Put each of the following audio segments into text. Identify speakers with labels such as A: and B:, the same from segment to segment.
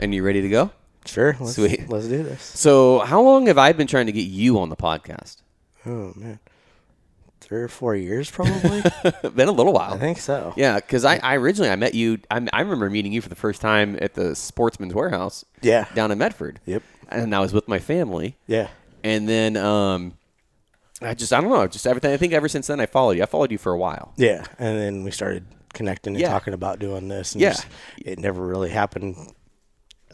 A: And you ready to go?
B: Sure. Let's,
A: Sweet.
B: Let's do this.
A: So, how long have I been trying to get you on the podcast?
B: Oh man, three or four years probably.
A: been a little while.
B: I think so.
A: Yeah, because I, I originally I met you. I, I remember meeting you for the first time at the Sportsman's Warehouse.
B: Yeah.
A: Down in Medford.
B: Yep.
A: And I was with my family.
B: Yeah.
A: And then um, I just I don't know just everything. I think ever since then I followed you. I followed you for a while.
B: Yeah. And then we started connecting and
A: Yeah.
B: talking about doing this. And
A: Yeah.
B: just- it never really happened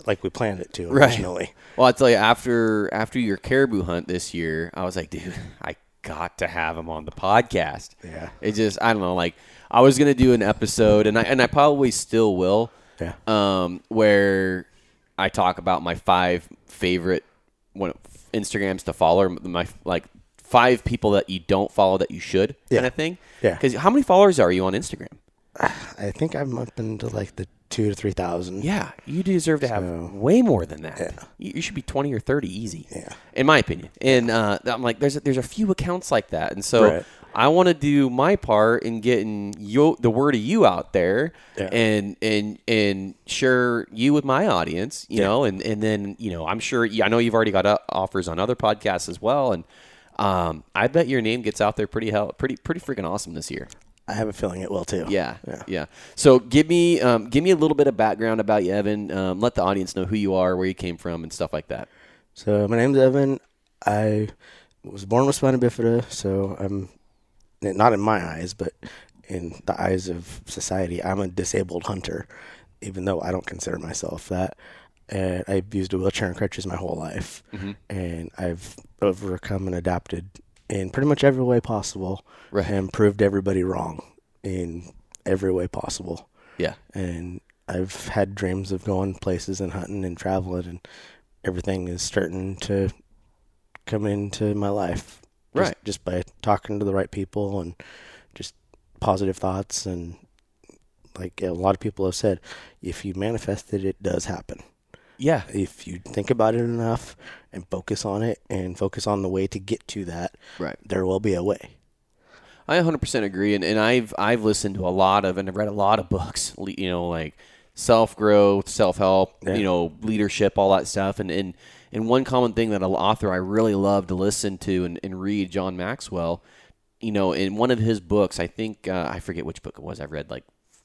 B: like we planned it to
A: Right.
B: originally.
A: Well, I tell you after after your caribou hunt this year, I was like, dude, I got to have him on the podcast.
B: Yeah.
A: It just I don't know like I was gonna do an episode and I and I probably still will.
B: Yeah.
A: um, where I talk about my five favorite one Instagrams to follow, or my like five people that you don't follow that you should, kind
B: Yeah.
A: of thing.
B: Yeah.
A: Because how many followers are you on Instagram?
B: I think I'm up into like the two to three thousand.
A: Yeah, you deserve to have
B: So-
A: way more than that. You, you should be twenty or thirty easy.
B: Yeah.
A: in my opinion. And uh, I'm like, there's a, there's a few accounts like that, and so
B: Right.
A: I want to do my part in getting you the word of you out there,
B: Yeah.
A: and and and share you with my audience, you know, and and then you know, I'm sure I know you've already got uh, offers on other podcasts as well, and. Um, I bet your name gets out there pretty hell, pretty, pretty freaking awesome this year.
B: I have a feeling it will too.
A: Yeah, yeah. So give me um, give me a little bit of background about you, Evan. Um, let the audience know who you are, where you came from, and stuff like that.
B: So my name's Evan. I was born with spina bifida, so I'm not in my eyes, but in the eyes of society, I'm a disabled hunter, even though I don't consider myself that. And I've used a wheelchair and crutches my whole life, and I've overcome and adapted in pretty much every way possible,
A: Right.
B: and proved everybody wrong in every way possible
A: Yeah,
B: and I've had dreams of going places and hunting and traveling, and everything is starting to come into my life. Just-
A: Right.
B: Just by talking to the right people and just positive thoughts. And like a lot of people have said, if you manifest it, it does happen.
A: yeah,
B: If you think about it enough and focus on it and focus on the way to get to that,
A: right.
B: there will be a way.
A: I 100% agree, and, and I've I've listened to a lot of and I've read a lot of books, le- you know, like self growth, self help,
B: Yeah.
A: you know, leadership, all that stuff. And and and one common thing that an author I really love to listen to and, and read, John Maxwell, you know, in one of his books, I think uh, I forget which book it was. I've read like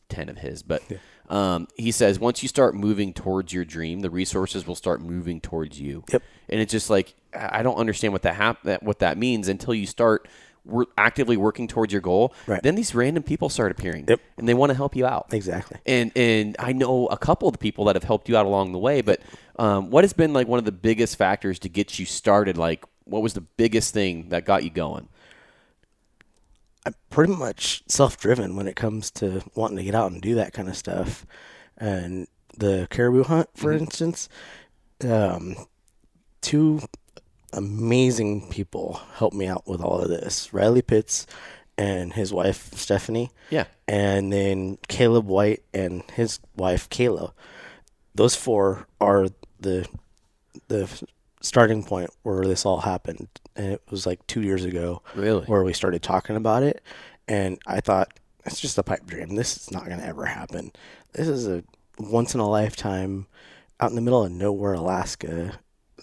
A: ten of his, but um, he says once you start moving towards your dream, the resources will start moving towards you.
B: Yep.
A: And it's just like I I don't understand what that hap- that what that means until you start wor- actively working towards your goal.
B: Right.
A: Then these random people start appearing,
B: Yep.
A: and they want to help you out.
B: Exactly.
A: And and I know a couple of the people that have helped you out along the way. But um, what has been like one of the biggest factors to get you started? Like, what was the biggest thing that got you going?
B: I'm pretty much self-driven when it comes to wanting to get out and do that kind of stuff. And the caribou hunt, for instance, um, two amazing people helped me out with all of this. Riley Pitts and his wife Stephanie,
A: Yeah.
B: and then Caleb White and his wife Kayla. Those four are the the starting point where this all happened, and it was like two years ago
A: Really?
B: where we started talking about it and i thought it's just a pipe dream this is not going to ever happen this is a once in a lifetime out in the middle of nowhere alaska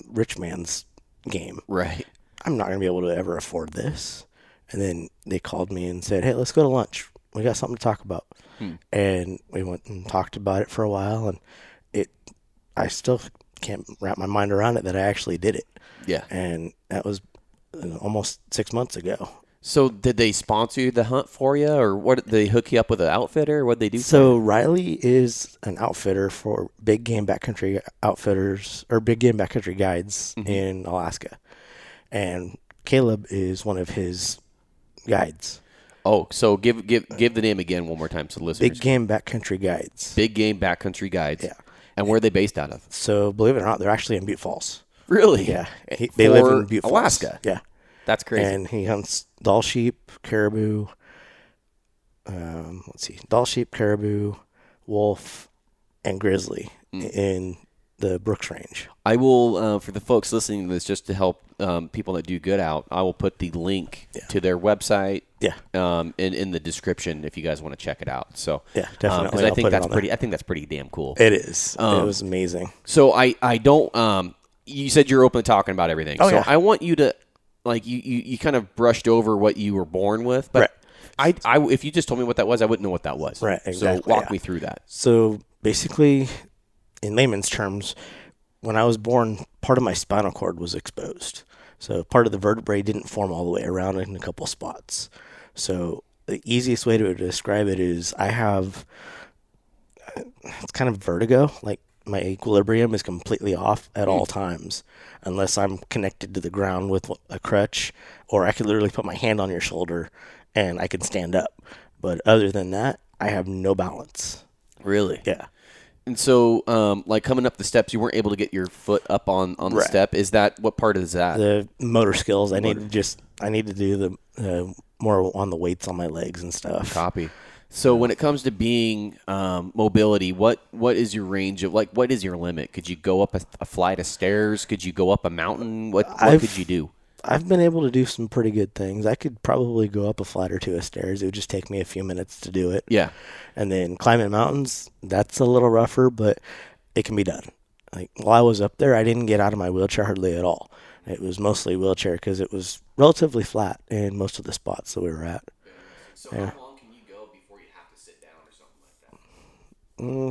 B: rich man's game
A: Right.
B: i'm not going to be able to ever afford this and then they called me and said hey let's go to lunch we got something to talk about and we went and talked about it for a while and it i still can't wrap my mind around it that i actually did it
A: Yeah.
B: and that was uh, almost six months ago
A: So did they sponsor the hunt for you, or what? Did they hook you up with an outfitter? What would they do?
B: So Riley is an outfitter for big game backcountry outfitters or big game backcountry guides in Alaska, and Caleb is one of his guides.
A: oh, so give give give the name again one more time to the listeners.
B: Big game backcountry guides.
A: Big game backcountry guides.
B: Yeah.
A: And where are they based out of?
B: So believe it or not, they're actually in Butte Falls.
A: Really?
B: Yeah, he- they live
A: For
B: in Butte Falls.
A: Alaska.
B: Yeah,
A: That's crazy.
B: and he hunts doll sheep, caribou.
A: Mm.
B: Um, let's see, doll sheep, caribou, wolf, and grizzly in the Brooks Range.
A: I will, uh, for the folks listening to this, just to help um, people that do good out, I will put the link
B: Yeah.
A: to their website
B: Yeah.
A: um, in, in the description if you guys want to check it out. So
B: Yeah,
A: um, 'cause
B: definitely.
A: I
B: I'll
A: think
B: put it
A: that's
B: on
A: pretty. I think that's pretty damn cool.
B: It is.
A: Um,
B: it was amazing.
A: So I I don't um you said you're open to talking about everything.
B: Oh,
A: so
B: yeah.
A: I want you to like you, you you kind of brushed over what you were born with, but I, I if you just told me what that was, I wouldn't know what that was.
B: Right,
A: So
B: exactly,
A: walk
B: yeah.
A: me through that.
B: So basically, in layman's terms, when I was born, part of my spinal cord was exposed. So part of the vertebrae didn't form all the way around in a couple spots. So the easiest way to describe it is I have it's kind of vertigo. Like my equilibrium is completely off at all times, unless I'm connected to the ground with a crutch, or I could literally put my hand on your shoulder and I can stand up. But other than that, I have no balance.
A: Really?
B: Yeah.
A: And so um like coming up the steps, you weren't able to get your foot up on on the
B: Right.
A: step. Is that what part is that?
B: the motor skills. I need to just I need to do the uh, more on the weights on my legs and stuff.
A: Copy. So when it comes to being um, mobility, what what is your range of like? What is your limit? Could you go up a, a flight of stairs? Could you go up a mountain? What what
B: I've-
A: could you do?
B: I've been able to do some pretty good things. I could probably go up a flight or two of stairs. It would just take me a few minutes to do it.
A: Yeah.
B: And then climbing mountains, that's a little rougher, but it can be done. Like while I was up there, I didn't get out of my wheelchair hardly at all. It was mostly wheelchair because it was relatively flat in most of the spots that we were at.
A: So how long can you go before you have to sit down or something like that?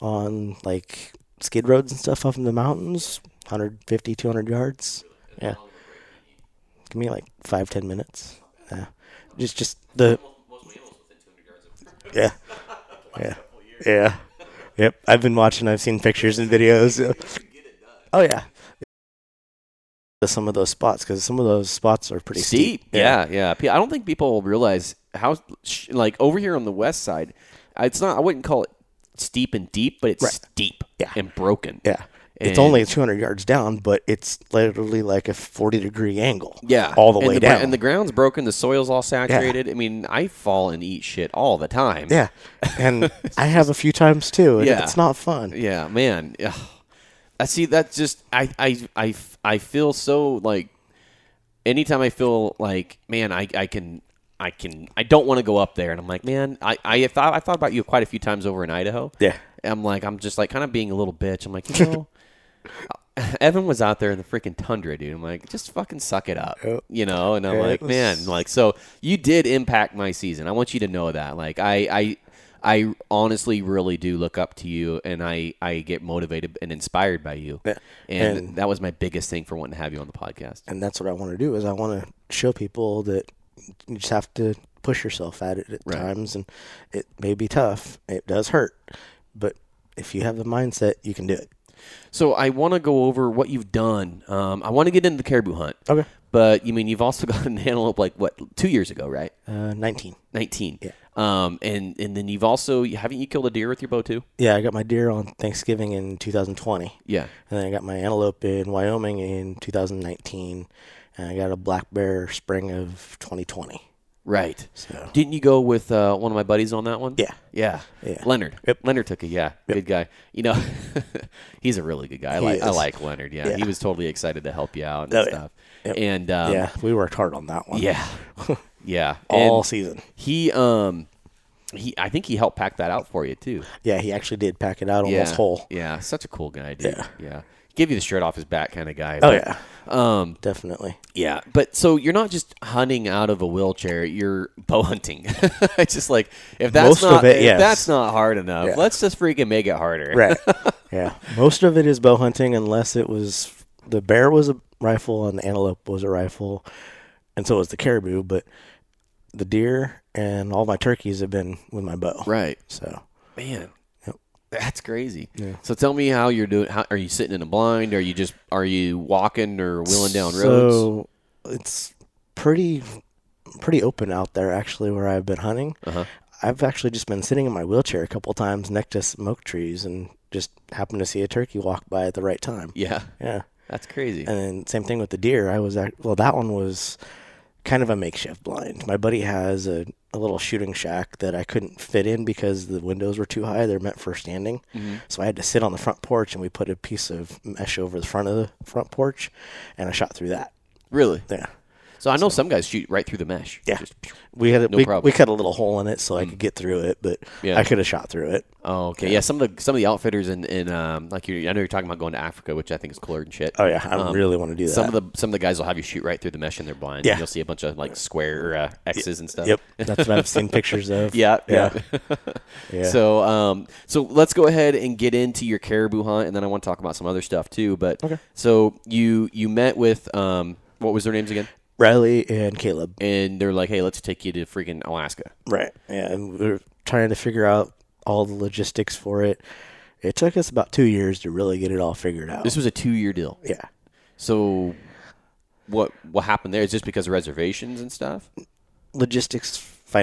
B: on like skid roads and stuff up in the mountains 150 200 yards yeah give me like five ten minutes yeah just just the yeah yeah yeah yep i've been watching i've seen pictures and videos oh yeah some of those spots because some of those spots are pretty steep,
A: Steep. Yeah. yeah, P- I don't think people realize how sh- like over here on the west side, uh, it's not. I wouldn't call it steep and deep, but it's
B: Right.
A: steep
B: Yeah.
A: and broken.
B: Yeah. It's
A: And-
B: only 200 yards down, but it's literally like a 40 degree angle.
A: Yeah,
B: All the
A: and
B: way
A: gra-
B: down.
A: and the ground's broken. The soil's all saturated. I mean, I fall and eat shit all the time.
B: yeah. And I have a few times too. And
A: Yeah.
B: It's not fun.
A: yeah, man. Ugh. I see. That's just I, I, I, I feel so like. Anytime I feel like, man, I, I can, I can, I don't want to go up there, and I'm like, man, I, I thought, I thought about you quite a few times over in Idaho.
B: Yeah.
A: I'm like, I'm just like kind of being a little bitch. I'm like, you know, Evan was out there in the freaking tundra, dude. I'm like, just fucking suck it up,
B: Yep.
A: you know. And I'm
B: Yeah, it
A: like,
B: was-
A: man, like, so you did impact my season. I want you to know that. Like, I, I, I honestly, really do look up to you, and I, I get motivated and inspired by you.
B: Yeah.
A: And,
B: And-
A: that was my biggest thing for wanting to have you on the podcast.
B: And that's what I want to do is I want to show people that you just have to push yourself at it at
A: Right.
B: times. And it may be tough. It does hurt. But if you have the mindset, you can do it.
A: So I want to go over what you've done. Um, I want to get into the caribou hunt.
B: Okay.
A: But you mean you've also got an antelope like what two years ago, right?
B: Uh, 19.
A: 19. Yeah. Um, and, and then you've also, haven't you killed a deer with your bow too?
B: Yeah. I got my deer on Thanksgiving in 2020.
A: Yeah.
B: And then I got my antelope in Wyoming in 2019, and I got a black bear spring of 2020.
A: Right.
B: So
A: Didn't you go with uh, one of my buddies on that one?
B: yeah,
A: Yeah.
B: Yeah.
A: Leonard.
B: Yep.
A: Leonard took it. Yeah. Good guy. You know, he's a really good guy. I like, I
B: is.
A: like Leonard. Yeah.
B: Yeah.
A: He was totally excited to help you out and
B: Oh, yeah.
A: stuff.
B: Yep.
A: And, um,
B: yeah, we worked hard on that one.
A: yeah. Yeah.
B: all
A: And
B: season.
A: he, um, he, I think he helped pack that out for you too.
B: Yeah, he actually did pack it out
A: Yeah.
B: almost whole.
A: Yeah. Such a cool guy, dude.
B: Yeah.
A: yeah. Give you the shirt off his back kind of guy.
B: Oh
A: but,
B: yeah,
A: Um,
B: definitely.
A: Yeah, but so you're not just hunting out of a wheelchair; you're bow hunting. it's just like if that's
B: Most of
A: not
B: it,
A: if
B: yes.
A: that's not hard enough,
B: Yeah.
A: let's just freaking make it harder.
B: Right. yeah, most of it is bow hunting, unless it was the bear was a rifle and the antelope was a rifle, and so was the caribou. But the deer and all my turkeys have been with my bow.
A: right,
B: So
A: man.
B: Yep.
A: That's crazy. So tell me how you're doing. How are you sitting in a blind? Are you just are you walking or wheeling down roads?
B: So it's pretty pretty open out there actually where I've been hunting.
A: Uh-huh.
B: I've actually just been sitting in my wheelchair a couple times next to some oak trees and just happened to see a turkey walk by at the right time.
A: Yeah,
B: Yeah.
A: that's crazy.
B: And then same thing with the deer. I was act- well that one was kind of a makeshift blind. My buddy has a, a little shooting shack that I couldn't fit in because the windows were too high. They're meant for standing.
A: Mm-hmm.
B: So I had to sit on the front porch and we put a piece of mesh over the front of the front porch and I shot through that.
A: Really?
B: Yeah.
A: So I know some guys shoot right through the mesh.
B: Yeah. We had a, we,
A: problem. Mm.
B: we cut a little hole in it so I could get through it, but
A: Yeah.
B: I could have shot through it.
A: Oh, okay. Yeah, some of the some of the outfitters in, in um like you I know you're talking about going to Africa, which I think is cooler and shit.
B: Oh yeah, I really want to do that.
A: Um, Some of the some of the guys will have you shoot right through the mesh in their blind.
B: Yeah.
A: You'll see a bunch of like square uh, X's and stuff.
B: Yep, that's what I've seen pictures of.
A: Yeah, yeah.
B: yeah, yeah.
A: So, um, so let's go ahead and get into your caribou hunt, and then I want to talk about some other stuff too. But okay. so you you met with um, what was their names again?
B: Riley and Caleb.
A: And they're like, hey, let's take you to freaking Alaska.
B: Right. Yeah, and we are trying to figure out all the logistics for it. It took us about two years to really get it all figured out.
A: This was a two year deal.
B: yeah.
A: So, what what happened there? Is just because of reservations and stuff?
B: Logistics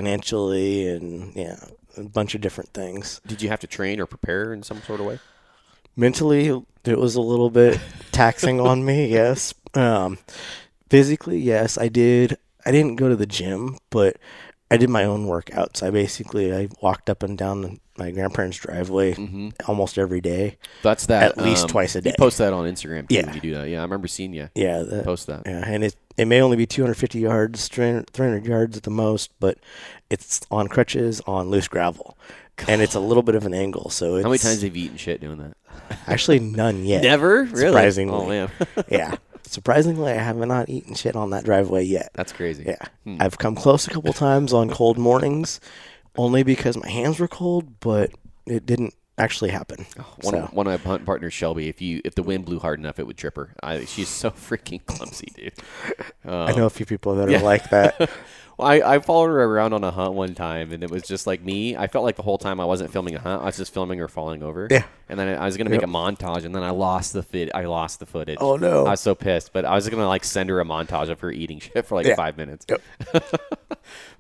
B: financially and yeah, a bunch of different things.
A: Did you have to train or prepare in some sort of way?
B: Mentally it was a little bit taxing on me, yes. Um physically, yes, I did I didn't go to the gym, but I did my own workouts. I basically I walked up and down my grandparents' driveway almost every day.
A: That's that um,
B: At least twice a day.
A: You post that on Instagram. Too,
B: Yeah.
A: when you do that. Yeah, I remember seeing you
B: Yeah, that,
A: post that.
B: Yeah, and it it may only be 250 yards, 300, 300 yards at the most, but it's on crutches on loose gravel, and it's a little bit of an angle. So it's
A: How many times have you eaten shit doing that?
B: Actually, none yet.
A: Never really.
B: Surprisingly,
A: Oh man,
B: yeah. Surprisingly, I have not eaten shit on that driveway yet.
A: that's Hmm. crazy.
B: Yeah, I've come close a couple times on cold mornings, only because my hands were cold, but it didn't actually happen.
A: Oh, One,
B: so
A: of, one of my hunt partners, Shelby, if you if the wind blew hard enough, it would trip her. I, she's so freaking clumsy, dude. uh,
B: I know a few people that are like that.
A: Well, I, I followed her around on a hunt one time, and it was just like me. I felt like the whole time I wasn't filming a hunt; I was just filming her falling over.
B: Yeah.
A: And then I was gonna make a montage, and then I lost the fit. I lost the footage.
B: Oh, no.
A: I was so pissed, but I was gonna like send her a montage of her eating shit for like
B: Yeah.
A: five minutes.
B: Yep.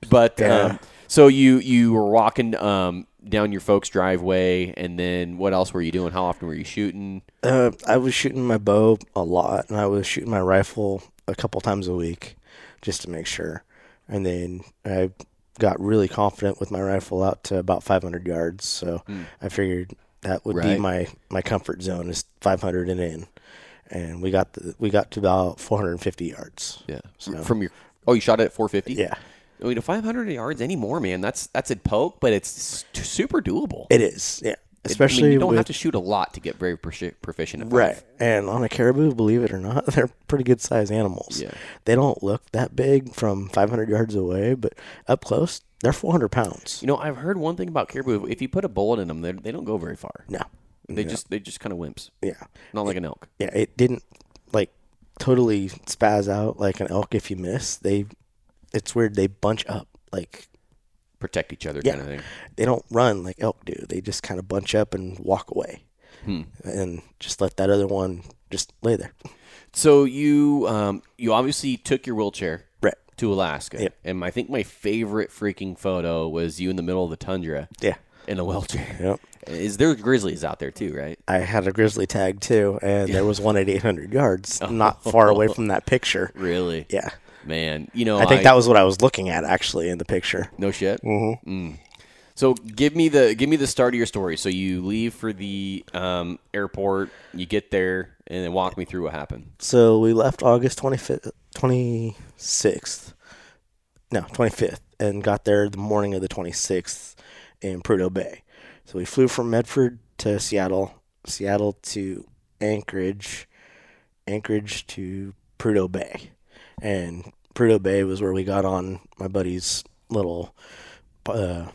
A: But
B: Yeah.
A: um, so you you were walking um, down your folks' driveway, and then what else were you doing? How often were you shooting?
B: Uh, I was shooting my bow a lot, and I was shooting my rifle a couple times a week, just to make sure. And then I got really confident with my rifle out to about 500 yards, so I figured that would
A: Hmm. Right.
B: be my my comfort zone is 500 and in. And we got the, we got to about 450 yards.
A: Yeah.
B: So-
A: From your oh, you shot it at 450.
B: Yeah,
A: I mean, 500 yards anymore, man. That's that's a poke, but it's s- super doable.
B: it is. Yeah,
A: I
B: especially
A: mean, you don't
B: with
A: have to shoot a lot to get very profi- proficient. At
B: Right. And on a caribou, believe it or not, they're pretty good sized animals.
A: Yeah.
B: They don't look that big from 500 yards away, but up close, they're 400 pounds.
A: You know, I've heard one thing about caribou: if you put a bullet in them, they they don't go very far.
B: No.
A: They just they just kind of wimps,
B: Yeah.
A: not like an elk.
B: Yeah. It didn't like totally spaz out like an elk if you miss. They, it's weird. They bunch up. Like
A: Protect each other, kind of thing.
B: they don't run like elk do. They just kind of bunch up and walk away and just let that other one just lay there.
A: So you um, you obviously took your wheelchair
B: Right.
A: to Alaska,
B: Yep.
A: and I think my favorite freaking photo was you in the middle of the tundra
B: Yeah.
A: in a wheelchair.
B: Yep.
A: Is there grizzlies out there too? Right?
B: I had a grizzly tag too, and there was one at 800 yards, not far away from that picture.
A: Really?
B: Yeah,
A: Man, you know,
B: I think that was what I was looking at actually in the picture.
A: No shit. Mm-hmm. So give me the give me the start of your story. So you leave for the um, airport, you get there, and then walk me through what happened.
B: So we left August 25th, 26th, no 25th, and got there the morning of the 26th in Prudhoe Bay. So we flew from Medford to Seattle, Seattle to Anchorage, Anchorage to Prudhoe Bay, and Prudhoe Bay was where we got on my buddy's little uh,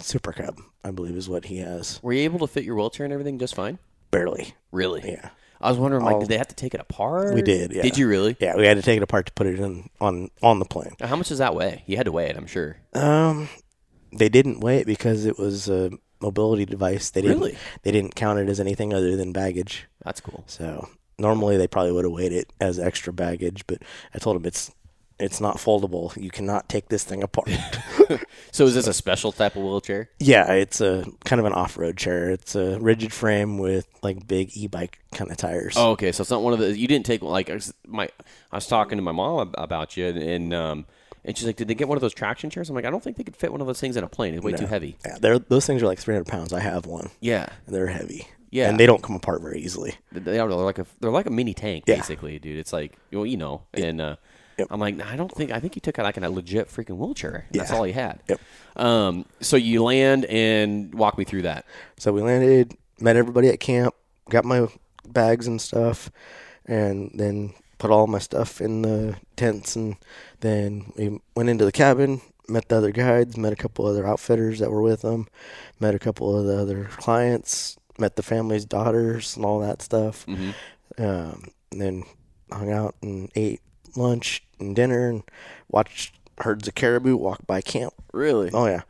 B: Super Cub, I believe is what he has.
A: Were you able to fit your wheelchair and everything just fine?
B: Barely,
A: Really?
B: yeah.
A: I was wondering, like, did they have to take it apart?
B: Oh. We did, yeah.
A: Did you really?
B: Yeah, we had to take it apart to put it in on on the plane.
A: Now, How much does that weigh? You had to weigh it, I'm sure.
B: Um, they didn't weigh it because it was a mobility device. They didn't.
A: Really?
B: They didn't count it as anything other than baggage.
A: That's cool.
B: So normally they probably would have weighed it as extra baggage, but I told them it's It's not foldable. You cannot take this thing apart.
A: So is this a special type of wheelchair?
B: yeah, it's a kind of an off-road chair. It's a rigid frame with like big e-bike kind of tires.
A: Oh, okay. So it's not one of the you didn't take one- like I was- my. I was talking to my mom ab- about you, and, and um, and she's like, "Did they get one of those traction chairs?" I'm like, "I don't think they could fit one of those things in a plane. It's way too heavy."
B: Yeah, they're, those things are like 300 pounds. I have one.
A: Yeah,
B: They're heavy.
A: Yeah.
B: And they don't come apart very easily.
A: they are they're like a they're like a mini tank basically, dude. It's like well, you know, and uh,
B: Yep.
A: I'm like, I don't think I think he took out like a legit freaking wheelchair. That's
B: Yeah.
A: all he had.
B: Yep.
A: Um, so you land and walk me through that.
B: So we landed, met everybody at camp, got my bags and stuff, and then put all my stuff in the tents. And then we went into the cabin, met the other guides, met a couple other outfitters that were with them, met a couple of the other clients, met the family's daughters and all that stuff. Um, and then hung out and ate lunch and dinner and watched herds of caribou walk by camp
A: Really?
B: Oh yeah,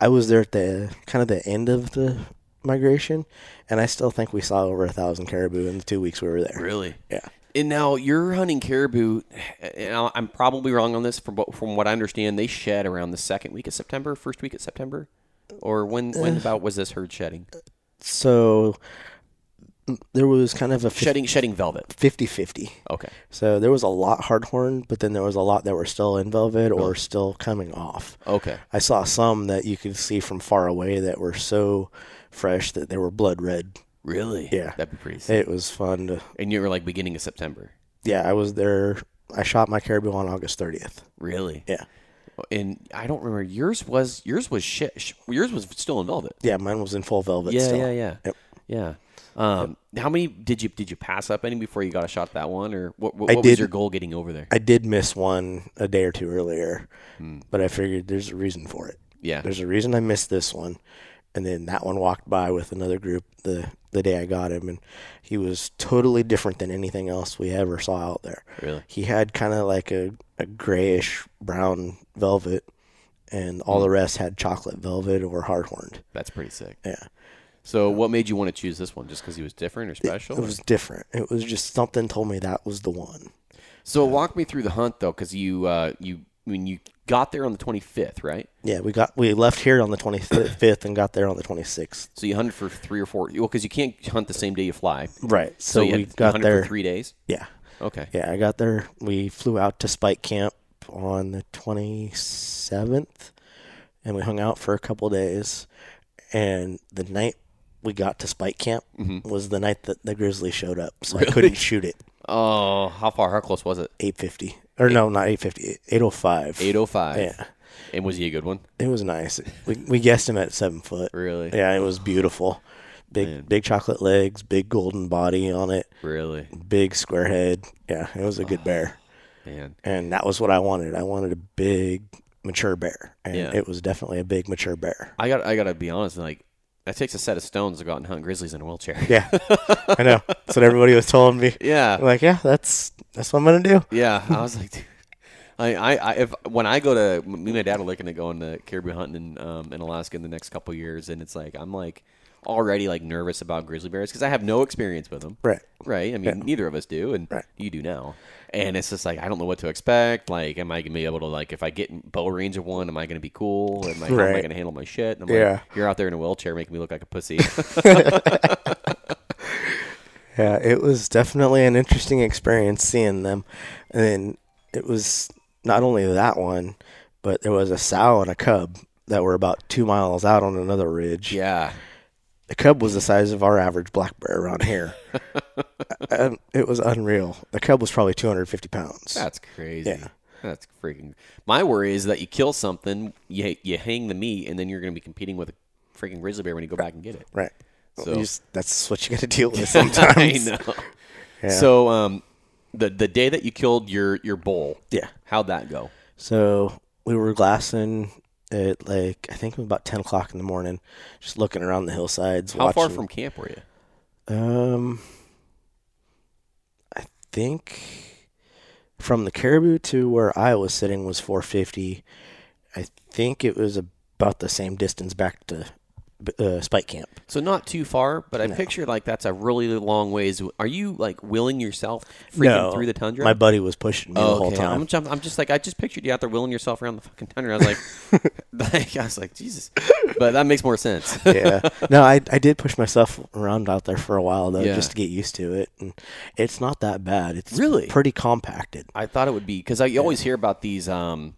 B: I was there at the kind of the end of the migration, and I still think we saw over a thousand caribou in the two weeks we were there.
A: Really?
B: Yeah.
A: And now you're hunting caribou, and I'll- I'm probably wrong on this. From what- from what I understand, they shed around the second week of September, first week of September, or when when about was this herd shedding?
B: So m- there was kind of a
A: Shedding shedding velvet.
B: 50-50.
A: Okay.
B: So there was a lot hardhorn, but then there was a lot that were still in velvet
A: Oh.
B: or still coming off.
A: Okay.
B: I saw some that you could see from far away that were so fresh that they were blood red.
A: Really?
B: Yeah.
A: That'd be pretty. Sick.
B: It was fun to.
A: And you were like beginning of September.
B: Yeah, I was there. I shot my caribou on August thirtieth.
A: Really?
B: Yeah.
A: And I don't remember yours was yours was shit. sh- Yours was still in velvet.
B: Yeah, mine was in full velvet.
A: yeah,
B: still.
A: yeah, yeah,
B: Yep.
A: yeah. Um, how many did you did you pass up any before you got a shot at that one, or what? What,
B: I
A: what was
B: did-
A: your goal getting over there?
B: I did miss one a day or two earlier, but I figured there's a reason for it.
A: Hmm. Yeah.
B: There's a reason I missed this one. And then that one walked by with another group the, the day I got him, and he was totally different than anything else we ever saw out there.
A: Really?
B: He had kind of like a, a grayish brown velvet, and all
A: Hmm.
B: the rest had chocolate velvet or hardhorned.
A: That's pretty sick.
B: Yeah.
A: So, what made you want to choose this one? Just because he was different or special?
B: It was different. It was just something told me that was the one.
A: so, walk me through the hunt though, because you uh, you I mean you got there on the twenty fifth, right?
B: Yeah, we got we left here on the 25th and got there on the 26th.
A: So you hunted for three or four. Well, because you can't hunt the same day you fly.
B: Right. So,
A: So, you
B: we
A: had- you
B: got
A: hunted
B: there.
A: for three days.
B: Yeah.
A: Okay.
B: Yeah, I got there. We flew out to Spike Camp on the 27th and we hung out for a couple days. And the night we got to Spike Camp
A: Mm-hmm.
B: was the night that the grizzly showed up. So I couldn't shoot it.
A: Oh, how far? How close was it?
B: 850. Or no, not 850. 805.
A: Eight oh five.
B: Yeah.
A: And was he a good one?
B: It was nice. We, we guessed him at 7 foot.
A: Really?
B: Yeah, it was beautiful. Big big chocolate legs, big golden body on it,
A: Really?
B: big square head. Yeah, it was a good bear.
A: Man.
B: and that was what I wanted. I wanted a big mature bear, and
A: Yeah.
B: it was definitely a big mature bear.
A: I got I gotta be honest, like that takes a set of stones to go out and hunt grizzlies in a wheelchair.
B: Yeah, I know. That's what everybody was telling me. I'm
A: Yeah.
B: like, yeah, that's that's what I'm gonna do.
A: Yeah. I was like, dude. I, I, I if when I go to me and my dad are looking at going to caribou hunting in, um, in Alaska in the next couple years and it's like I'm like already like nervous about grizzly bears because I have no experience with them
B: Right.
A: right I mean neither of us do and
B: Right.
A: you do now and it's just like I don't know what to expect like am I gonna be able to like if I get in bow range of one am I gonna be cool am I, how am I
B: Right.
A: gonna handle my shit and I'm
B: Yeah.
A: like you're out there in a wheelchair making me look like a pussy
B: Yeah, it was definitely an interesting experience seeing them, and then it was not only that one, but there was a sow and a cub that were about two miles out on another ridge.
A: yeah
B: The cub was the size of our average black bear around here. um, it was unreal. The cub was probably 250 pounds.
A: That's crazy.
B: Yeah.
A: That's freaking. My worry is that you kill something, you you hang the meat, and then you're going to be competing with a freaking grizzly bear when you go back and get it.
B: Right. Well,
A: So-
B: you just- that's what you got to deal with sometimes.
A: I know. So, um, the the day that you killed your your bull,
B: Yeah.
A: how'd that go?
B: So we were glassing at like I think it was about ten o'clock in the morning, just looking around the hillsides.
A: How far
B: watching-
A: from camp were you?
B: Um, I think from the caribou to where I was sitting was 450. I think it was about the same distance back to uh, spike camp.
A: So not too far, but I
B: No.
A: picture like that's a really long ways. Are you like willing yourself freaking through the tundra?
B: My buddy was pushing me
A: Oh,
B: the whole
A: okay.
B: time.
A: I'm, jump, I'm just like I just pictured you out there willing yourself around the fucking tundra. I was like, like I was like Jesus, but that makes more sense.
B: yeah. No, I I did push myself around out there for a while though,
A: Yeah.
B: just to get used to it. And it's not that bad. It's
A: Really?
B: pretty compacted.
A: I thought it would be because I you always hear about these um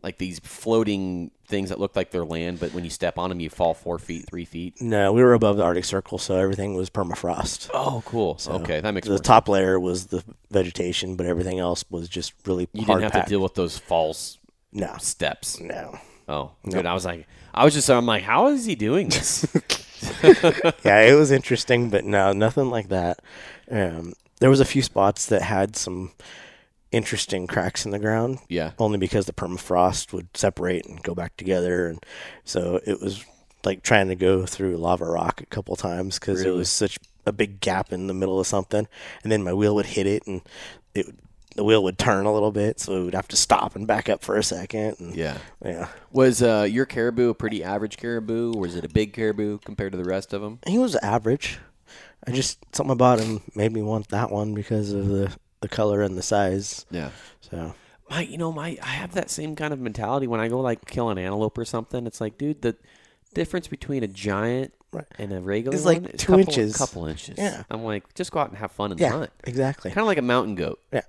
A: like these floating things that look like they're land, but when you step on them, you fall four feet, three feet.
B: No, we were above the Arctic Circle, so everything was permafrost.
A: Oh, cool. okay, that makes
B: The
A: more
B: top layer was the vegetation, but everything else was just really
A: sense. You
B: hard
A: didn't have
B: packed.
A: to deal with those false
B: no,
A: steps.
B: no.
A: Oh, dude, I was like, I was just, I'm like, how is he doing this?
B: yeah, it was interesting, but no, nothing like that. Um, there was a few spots that had some interesting cracks in the ground.
A: Yeah.
B: Only because the permafrost would separate and go back together, and so it was like trying to go through lava rock a couple times because it was such a big gap in the middle of something, and then my wheel would hit it, and it would- the wheel would turn a little bit, so it would have to stop and back up for a second. And
A: yeah.
B: yeah.
A: Was uh, your caribou a pretty average caribou, or was it a big caribou compared to the rest of them?
B: he was average. I just something about him made me want that one because of the the color and the size.
A: Yeah.
B: So
A: My, you know, my, I have that same kind of mentality when I go like kill an antelope or something. It's like, dude, the difference between a giant
B: Right.
A: and a regular
B: It's like
A: one is
B: two
A: couple,
B: inches.
A: couple inches.
B: Yeah.
A: I'm like, just go out and have fun in
B: yeah,
A: the hunt.
B: exactly.
A: Kind of like a mountain goat.
B: Yeah,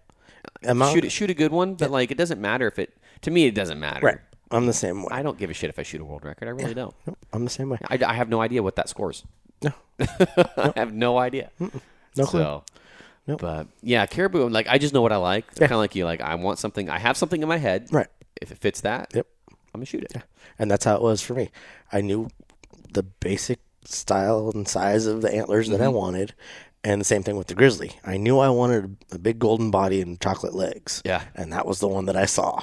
B: I'm out-
A: Shoot, a- shoot a good one, but like it doesn't matter if it. To me, it doesn't matter.
B: right. I'm the same way.
A: I don't give a shit if I shoot a world record. I really don't.
B: I'm the same way.
A: I, I have no idea what that scores.
B: No.
A: I have no idea.
B: No clue.
A: So, But yeah, caribou. I'm Like I just know what I like. Kind of like you. Like I want something. I have something in my head.
B: Right.
A: If it fits that,
B: Yep.
A: I'm gonna shoot it.
B: And that's how it was for me. I knew the basic style and size of the antlers that I
A: Mm-hmm.
B: wanted, and the same thing with the grizzly. I knew I wanted a big golden body and chocolate legs.
A: Yeah.
B: and that was the one that I saw.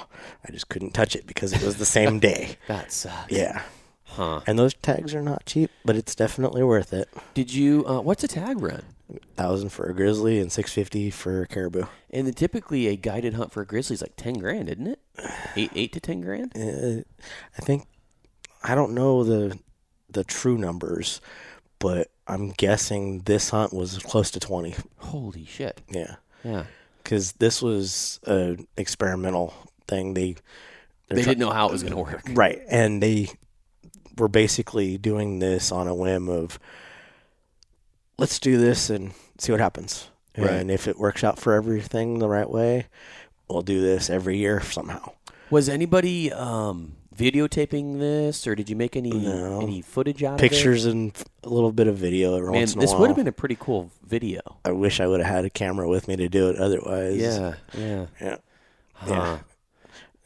B: I just couldn't touch it because it was the same day.
A: That sucks.
B: Yeah.
A: Huh.
B: And those tags are not cheap, but it's definitely worth it.
A: Did you? Uh, what's a tag run?
B: Thousand for a grizzly and six fifty for a caribou.
A: And then typically a guided hunt for a grizzly is like ten grand, isn't it? Eight, eight to ten grand.
B: Uh, I think I don't know the the true numbers, but I'm guessing this hunt was close to twenty.
A: Holy shit.
B: Yeah,
A: Yeah.
B: because this was an experimental thing. They they're
A: They
B: try-
A: didn't know how it was gonna work.
B: Right. And they were basically doing this on a whim of let's do this and see what happens.
A: Right.
B: And if it works out for everything the right way, we'll do this every year somehow.
A: Was anybody um, videotaping this, or did you make any
B: No.
A: any footage out of
B: Pictures and a little bit of video every
A: it? Man,
B: once in a
A: this
B: while.
A: would have been a pretty cool video.
B: I wish I would have had a camera with me to do it otherwise.
A: Yeah, yeah,
B: Yeah.
A: Huh.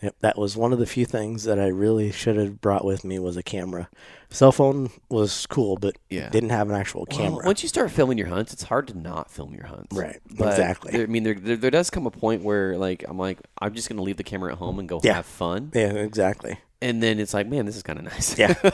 B: Yep, that was one of the few things that I really should have brought with me was a camera. Cell phone was cool, but
A: Yeah.
B: didn't have an actual
A: Well,
B: camera.
A: once you start filming your hunts, it's hard to not film your hunts.
B: Right,
A: But
B: exactly.
A: there- I mean, there, there there does come a point where like I'm like I'm just gonna leave the camera at home and go
B: Yeah.
A: have fun,
B: yeah, exactly.
A: and then it's like, man, this is kind of nice.
B: Yeah. Oh,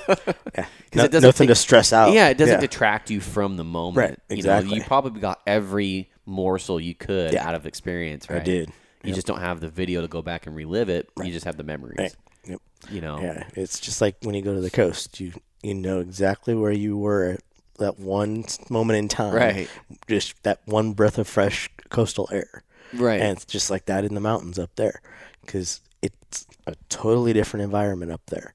B: yeah. No-
A: it doesn't
B: nothing
A: take-
B: to stress out.
A: Yeah, it doesn't detract you from the moment.
B: Right,
A: You, know,
B: exactly.
A: you probably got every morsel you could
B: Yeah.
A: out of experience. Right?
B: did.
A: You just don't have the video to go back and relive it. You just have the memories.
B: Right. Yep.
A: You know.
B: Yeah. It's just like when you go to the coast, you you know exactly where you were at that one s- moment in time.
A: Right.
B: Just that one breath of fresh coastal air.
A: Right.
B: And it's just like that in the mountains up there cuz it's a totally different environment up there.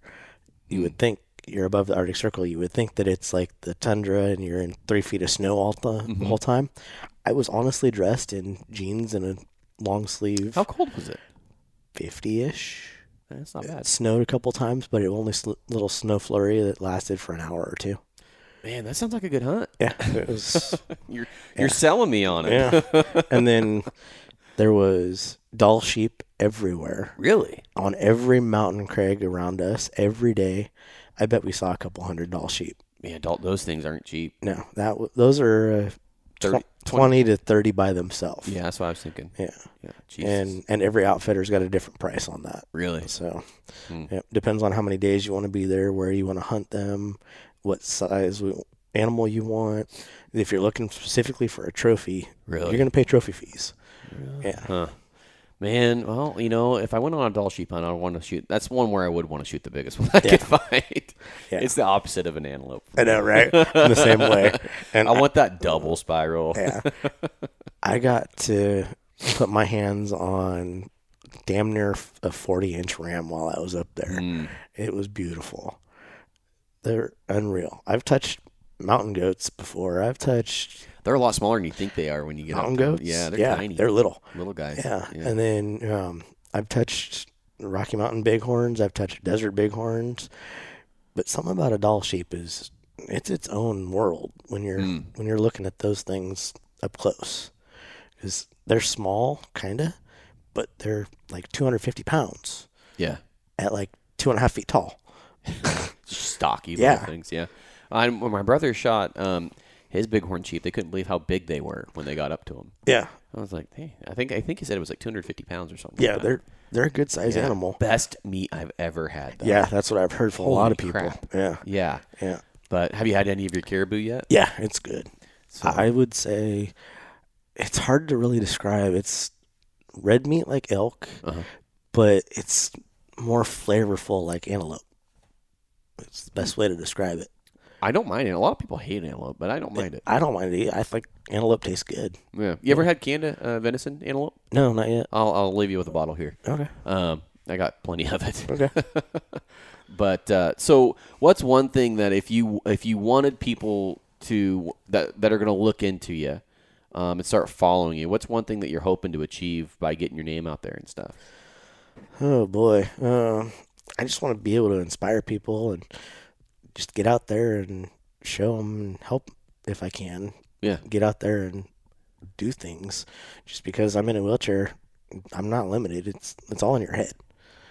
B: You would think you're above the Arctic Circle. You would think that it's like the tundra and you're in three feet of snow all the the whole time. I was honestly dressed in jeans and a long sleeve,
A: How cold was it?
B: 50 ish.
A: That's not
B: It
A: bad.
B: snowed a couple times, but it only sl- little snow flurry that lasted for an hour or two.
A: Man, that sounds like a good hunt.
B: Yeah, it was.
A: You're you're selling me on it.
B: yeah, and then there was dull sheep everywhere
A: Really?
B: on every mountain crag around us every day. I bet we saw a couple hundred dull sheep.
A: Man, adult, those things aren't cheap.
B: No, that w- those are uh,
A: Thirty-
B: tw- twenty to thirty by themselves.
A: Yeah, that's what I was thinking.
B: yeah,
A: Yeah, Jesus.
B: and and every outfitter's got a different price on that.
A: really?
B: So
A: Hmm.
B: yeah, depends on how many days you want to be there, where you want to hunt them, what size we- animal you want. If you're looking specifically for a trophy,
A: Really?
B: you're going to pay trophy fees. Yeah.
A: Huh. Man, well, you know, if I went on a doll sheep hunt, I would want to shoot. That's one where I would want to shoot the biggest one I could find.
B: Yeah.
A: It's the opposite of an antelope.
B: I know, right? In the same way. And
A: I want that double spiral.
B: yeah. I got to put my hands on damn near f- a 40 inch ram while I was up there.
A: Hmm.
B: It was beautiful. They're unreal. I've touched mountain goats before. I've touched
A: They're a lot smaller than you think they are when you get
B: mountain
A: up there.
B: goats.
A: Yeah, they're tiny,
B: They're little.
A: little guys.
B: Yeah. And then um, I've touched Rocky Mountain bighorns. I've touched desert bighorns. But something about a doll sheep is it's its own world when you're when you're looking at those things up close because they're small, kinda, but they're like 250 pounds
A: yeah.
B: at like two and a half feet tall.
A: stocky
B: Yeah.
A: little things. Yeah. I, when my brother shot um, his bighorn sheep, they couldn't believe how big they were when they got up to him.
B: Yeah,
A: I was like, hey, I think I think he said it was like 250 pounds or something.
B: yeah,
A: like that.
B: they're they're a good sized animal.
A: Best meat I've ever had. Though.
B: Yeah, that's what I've heard from a lot of people.
A: crap.
B: Yeah,
A: Yeah.
B: yeah.
A: But have you had any of your caribou yet?
B: Yeah, it's good. I would say it's hard to really describe. It's red meat like elk, but it's more flavorful like antelope. It's the best way to describe it.
A: I don't mind it. A lot of people hate antelope, but I don't mind it.
B: I don't mind it. either. I think antelope tastes good.
A: Yeah. You ever had canned uh, venison antelope?
B: No, not yet.
A: I'll I'll leave you with a bottle here.
B: Okay.
A: Um, I got plenty of it.
B: Okay.
A: But uh, so, what's one thing that if you if you wanted people to that that are going to look into you um, and start following you, what's one thing that you're hoping to achieve by getting your name out there and stuff?
B: Oh boy. Um, I just want to be able to inspire people and just get out there and show them and help if I can.
A: Yeah,
B: get out there and do things. Just because I'm in a wheelchair, I'm not limited. It's it's all in your head.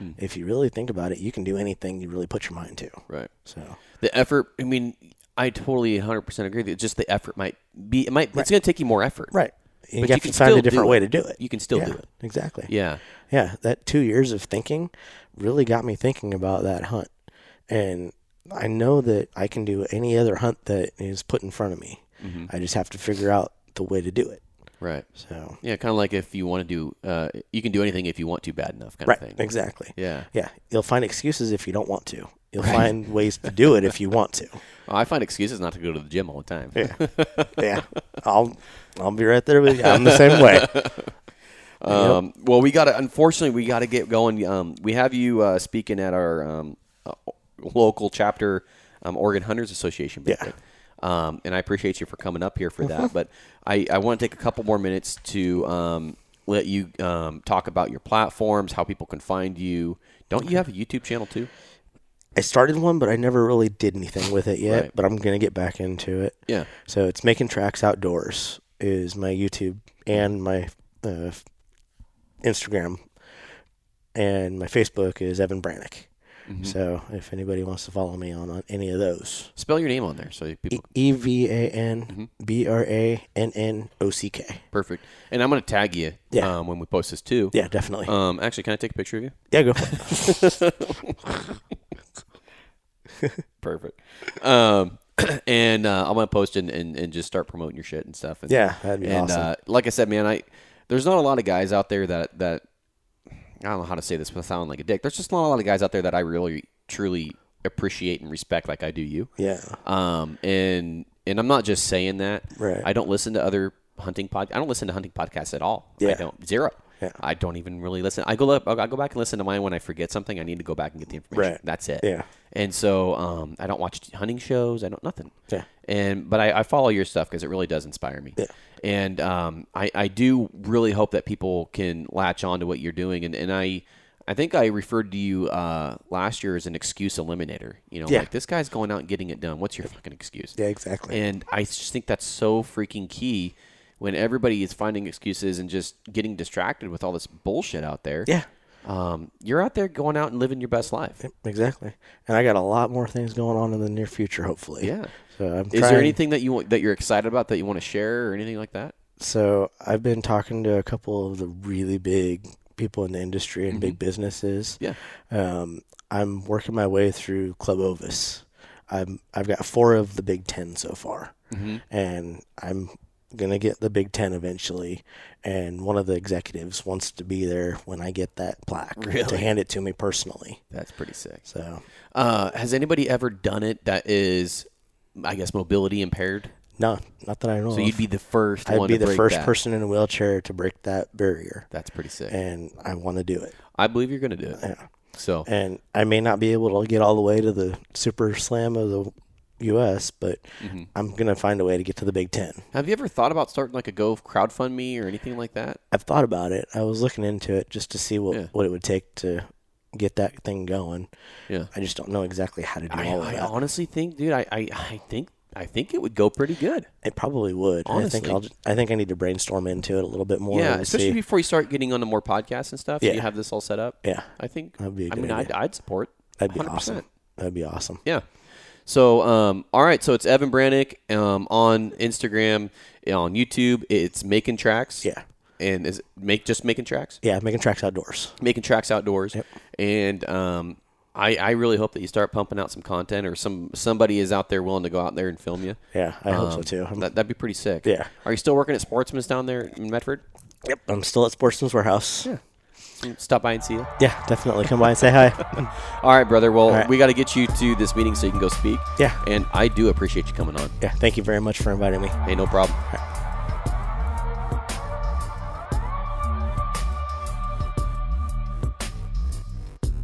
A: Hmm.
B: If you really think about it, you can do anything you really put your mind to.
A: right.
B: So
A: The effort. I mean, I totally 100 percent agree. That just the effort might be. It might. It's going to take you more effort.
B: right, you
A: But you
B: have to
A: can
B: find
A: still
B: a different
A: do
B: way
A: it.
B: to do it.
A: You can still
B: yeah,
A: do it.
B: Exactly.
A: Yeah.
B: yeah. That two years of thinking really got me thinking about that hunt, and I know that I can do any other hunt that is put in front of me.
A: Mm-hmm.
B: I just have to figure out the way to do it.
A: Right.
B: So
A: Yeah. Kind of like if you want to do, uh, you can do anything if you want to bad enough. Kind
B: right,
A: of thing.
B: exactly.
A: Yeah.
B: Yeah, you'll find excuses if you don't want to. You'll find ways to do it if you want to.
A: Oh, I find excuses not to go to the gym all the time. Yeah.
B: Yeah, I'll I'll be right there with you. I'm the same way.
A: Um, Well, we got to, unfortunately, we got to get going. Um, we have you uh, speaking at our um, uh, local chapter, um, Oregon Hunters Association. banquet. Um, and I appreciate you for coming up here for
B: Mm-hmm.
A: that. But I, I want to take a couple more minutes to um, let you um, talk about your platforms, how people can find you. Don't you have a YouTube channel too?
B: I started one, but I never really did anything with it yet.
A: Right.
B: But I'm gonna get back into it.
A: Yeah.
B: So it's making tracks outdoors is my YouTube and my uh, Instagram and my Facebook is Evan Brannick. So if anybody wants to follow me on, on any of those,
A: Spell your name on there so people
B: E V A N B R A N N O C K.
A: perfect. And I'm going to tag you
B: Yeah.
A: um, when we post this too.
B: Yeah, definitely.
A: Um, actually, can I take a picture of you?
B: Yeah, go for it.
A: Perfect. Um, and uh, I'm gonna post and, and and just start promoting your shit and stuff. And,
B: Yeah, that'd be
A: and
B: awesome.
A: uh, like I said, man, I there's not a lot of guys out there that that I don't know how to say this, but I sound like a dick. There's just not a lot of guys out there that I really truly appreciate and respect like I do you.
B: yeah,
A: Um, and and I'm not just saying that.
B: Right.
A: I don't listen to other hunting pod. I don't listen to hunting podcasts at all. I
B: Yeah.
A: don't zero.
B: Yeah.
A: I don't even really listen. I go up. I go back and listen to mine when I forget something. I need to go back and get the information.
B: Right.
A: That's it.
B: Yeah.
A: And so um, I don't watch hunting shows. I don't nothing.
B: Yeah.
A: And but I, I follow your stuff because it really does inspire me.
B: Yeah.
A: And um, I I do really hope that people can latch on to what you're doing. And and I. I think I referred to you uh, last year as an excuse eliminator. You know,
B: Yeah.
A: like this guy's going out and getting it done. What's your fucking excuse?
B: yeah, exactly.
A: And I just think that's so freaking key when everybody is finding excuses and just getting distracted with all this bullshit out there.
B: yeah,
A: Um, you're out there going out and living your best life.
B: exactly. And I got a lot more things going on in the near future, hopefully.
A: Yeah.
B: So I'm
A: Is
B: trying-
A: there anything that you want, that you're excited about that you want to share or anything like that?
B: So I've been talking to a couple of the really big people in the industry
A: Mm-hmm.
B: and big businesses.
A: Yeah.
B: Um, I'm working my way through Club
A: Mm-hmm.
B: Ovis. I'm I've got four of the Big Ten so far, and I'm gonna get the Big Ten eventually, and one of the executives wants to be there when I get that plaque to
A: Really?
B: hand it to me personally.
A: That's pretty sick.
B: So
A: Uh, has anybody ever done it that is, I guess, mobility impaired?
B: no, not that I know.
A: So
B: of.
A: you'd be the 1st
B: I'd
A: one
B: be
A: to
B: the
A: break
B: first
A: that.
B: person in a wheelchair to break that barrier,
A: That's pretty sick.
B: and I want to do it.
A: I believe you're gonna do it.
B: Yeah.
A: So
B: And I may not be able to get all the way to the Super Slam of the U.S., but
A: Mm-hmm.
B: I'm gonna find a way to get to the Big Ten.
A: Have you ever thought about starting like a Go crowdfund or anything like that?
B: I've thought about it. I was looking into it just to see what,
A: Yeah.
B: what it would take to get that thing going.
A: Yeah.
B: I just don't know exactly how to do
A: I,
B: all of
A: I
B: that.
A: honestly think, dude, I, I, I think I think it would go pretty good.
B: It probably would. I think
A: Honestly.
B: I'll. Just, I think I need to brainstorm into it a little bit more.
A: yeah,
B: and
A: especially
B: see.
A: before you start getting onto more podcasts and stuff. and
B: Yeah.
A: you have this all set up.
B: yeah,
A: I think
B: That'd be a
A: I
B: good
A: mean,
B: idea.
A: I'd, I'd support.
B: that'd be
A: 100%.
B: awesome. That'd be awesome.
A: Yeah. So, um, all right. So it's Evan Brannick um, on Instagram, on YouTube. It's making tracks.
B: Yeah,
A: And is it make just making tracks?
B: yeah. Making tracks outdoors.
A: making tracks outdoors and um, I, I really hope that you start pumping out some content or some somebody is out there willing to go out there and film you
B: Yeah, I hope so too. I'm,
A: Um, that, that'd be pretty sick
B: Yeah.
A: are you still working at sportsman's down there in medford
B: yep. I'm still at Sportsman's Warehouse. Yeah.
A: stop by and see you
B: definitely. Come by and say hi.
A: all right brother well
B: right.
A: we got to get you to this meeting so you can go speak
B: Yeah.
A: and i do appreciate you coming on
B: yeah. Thank you very much for inviting me.
A: hey no problem
B: right.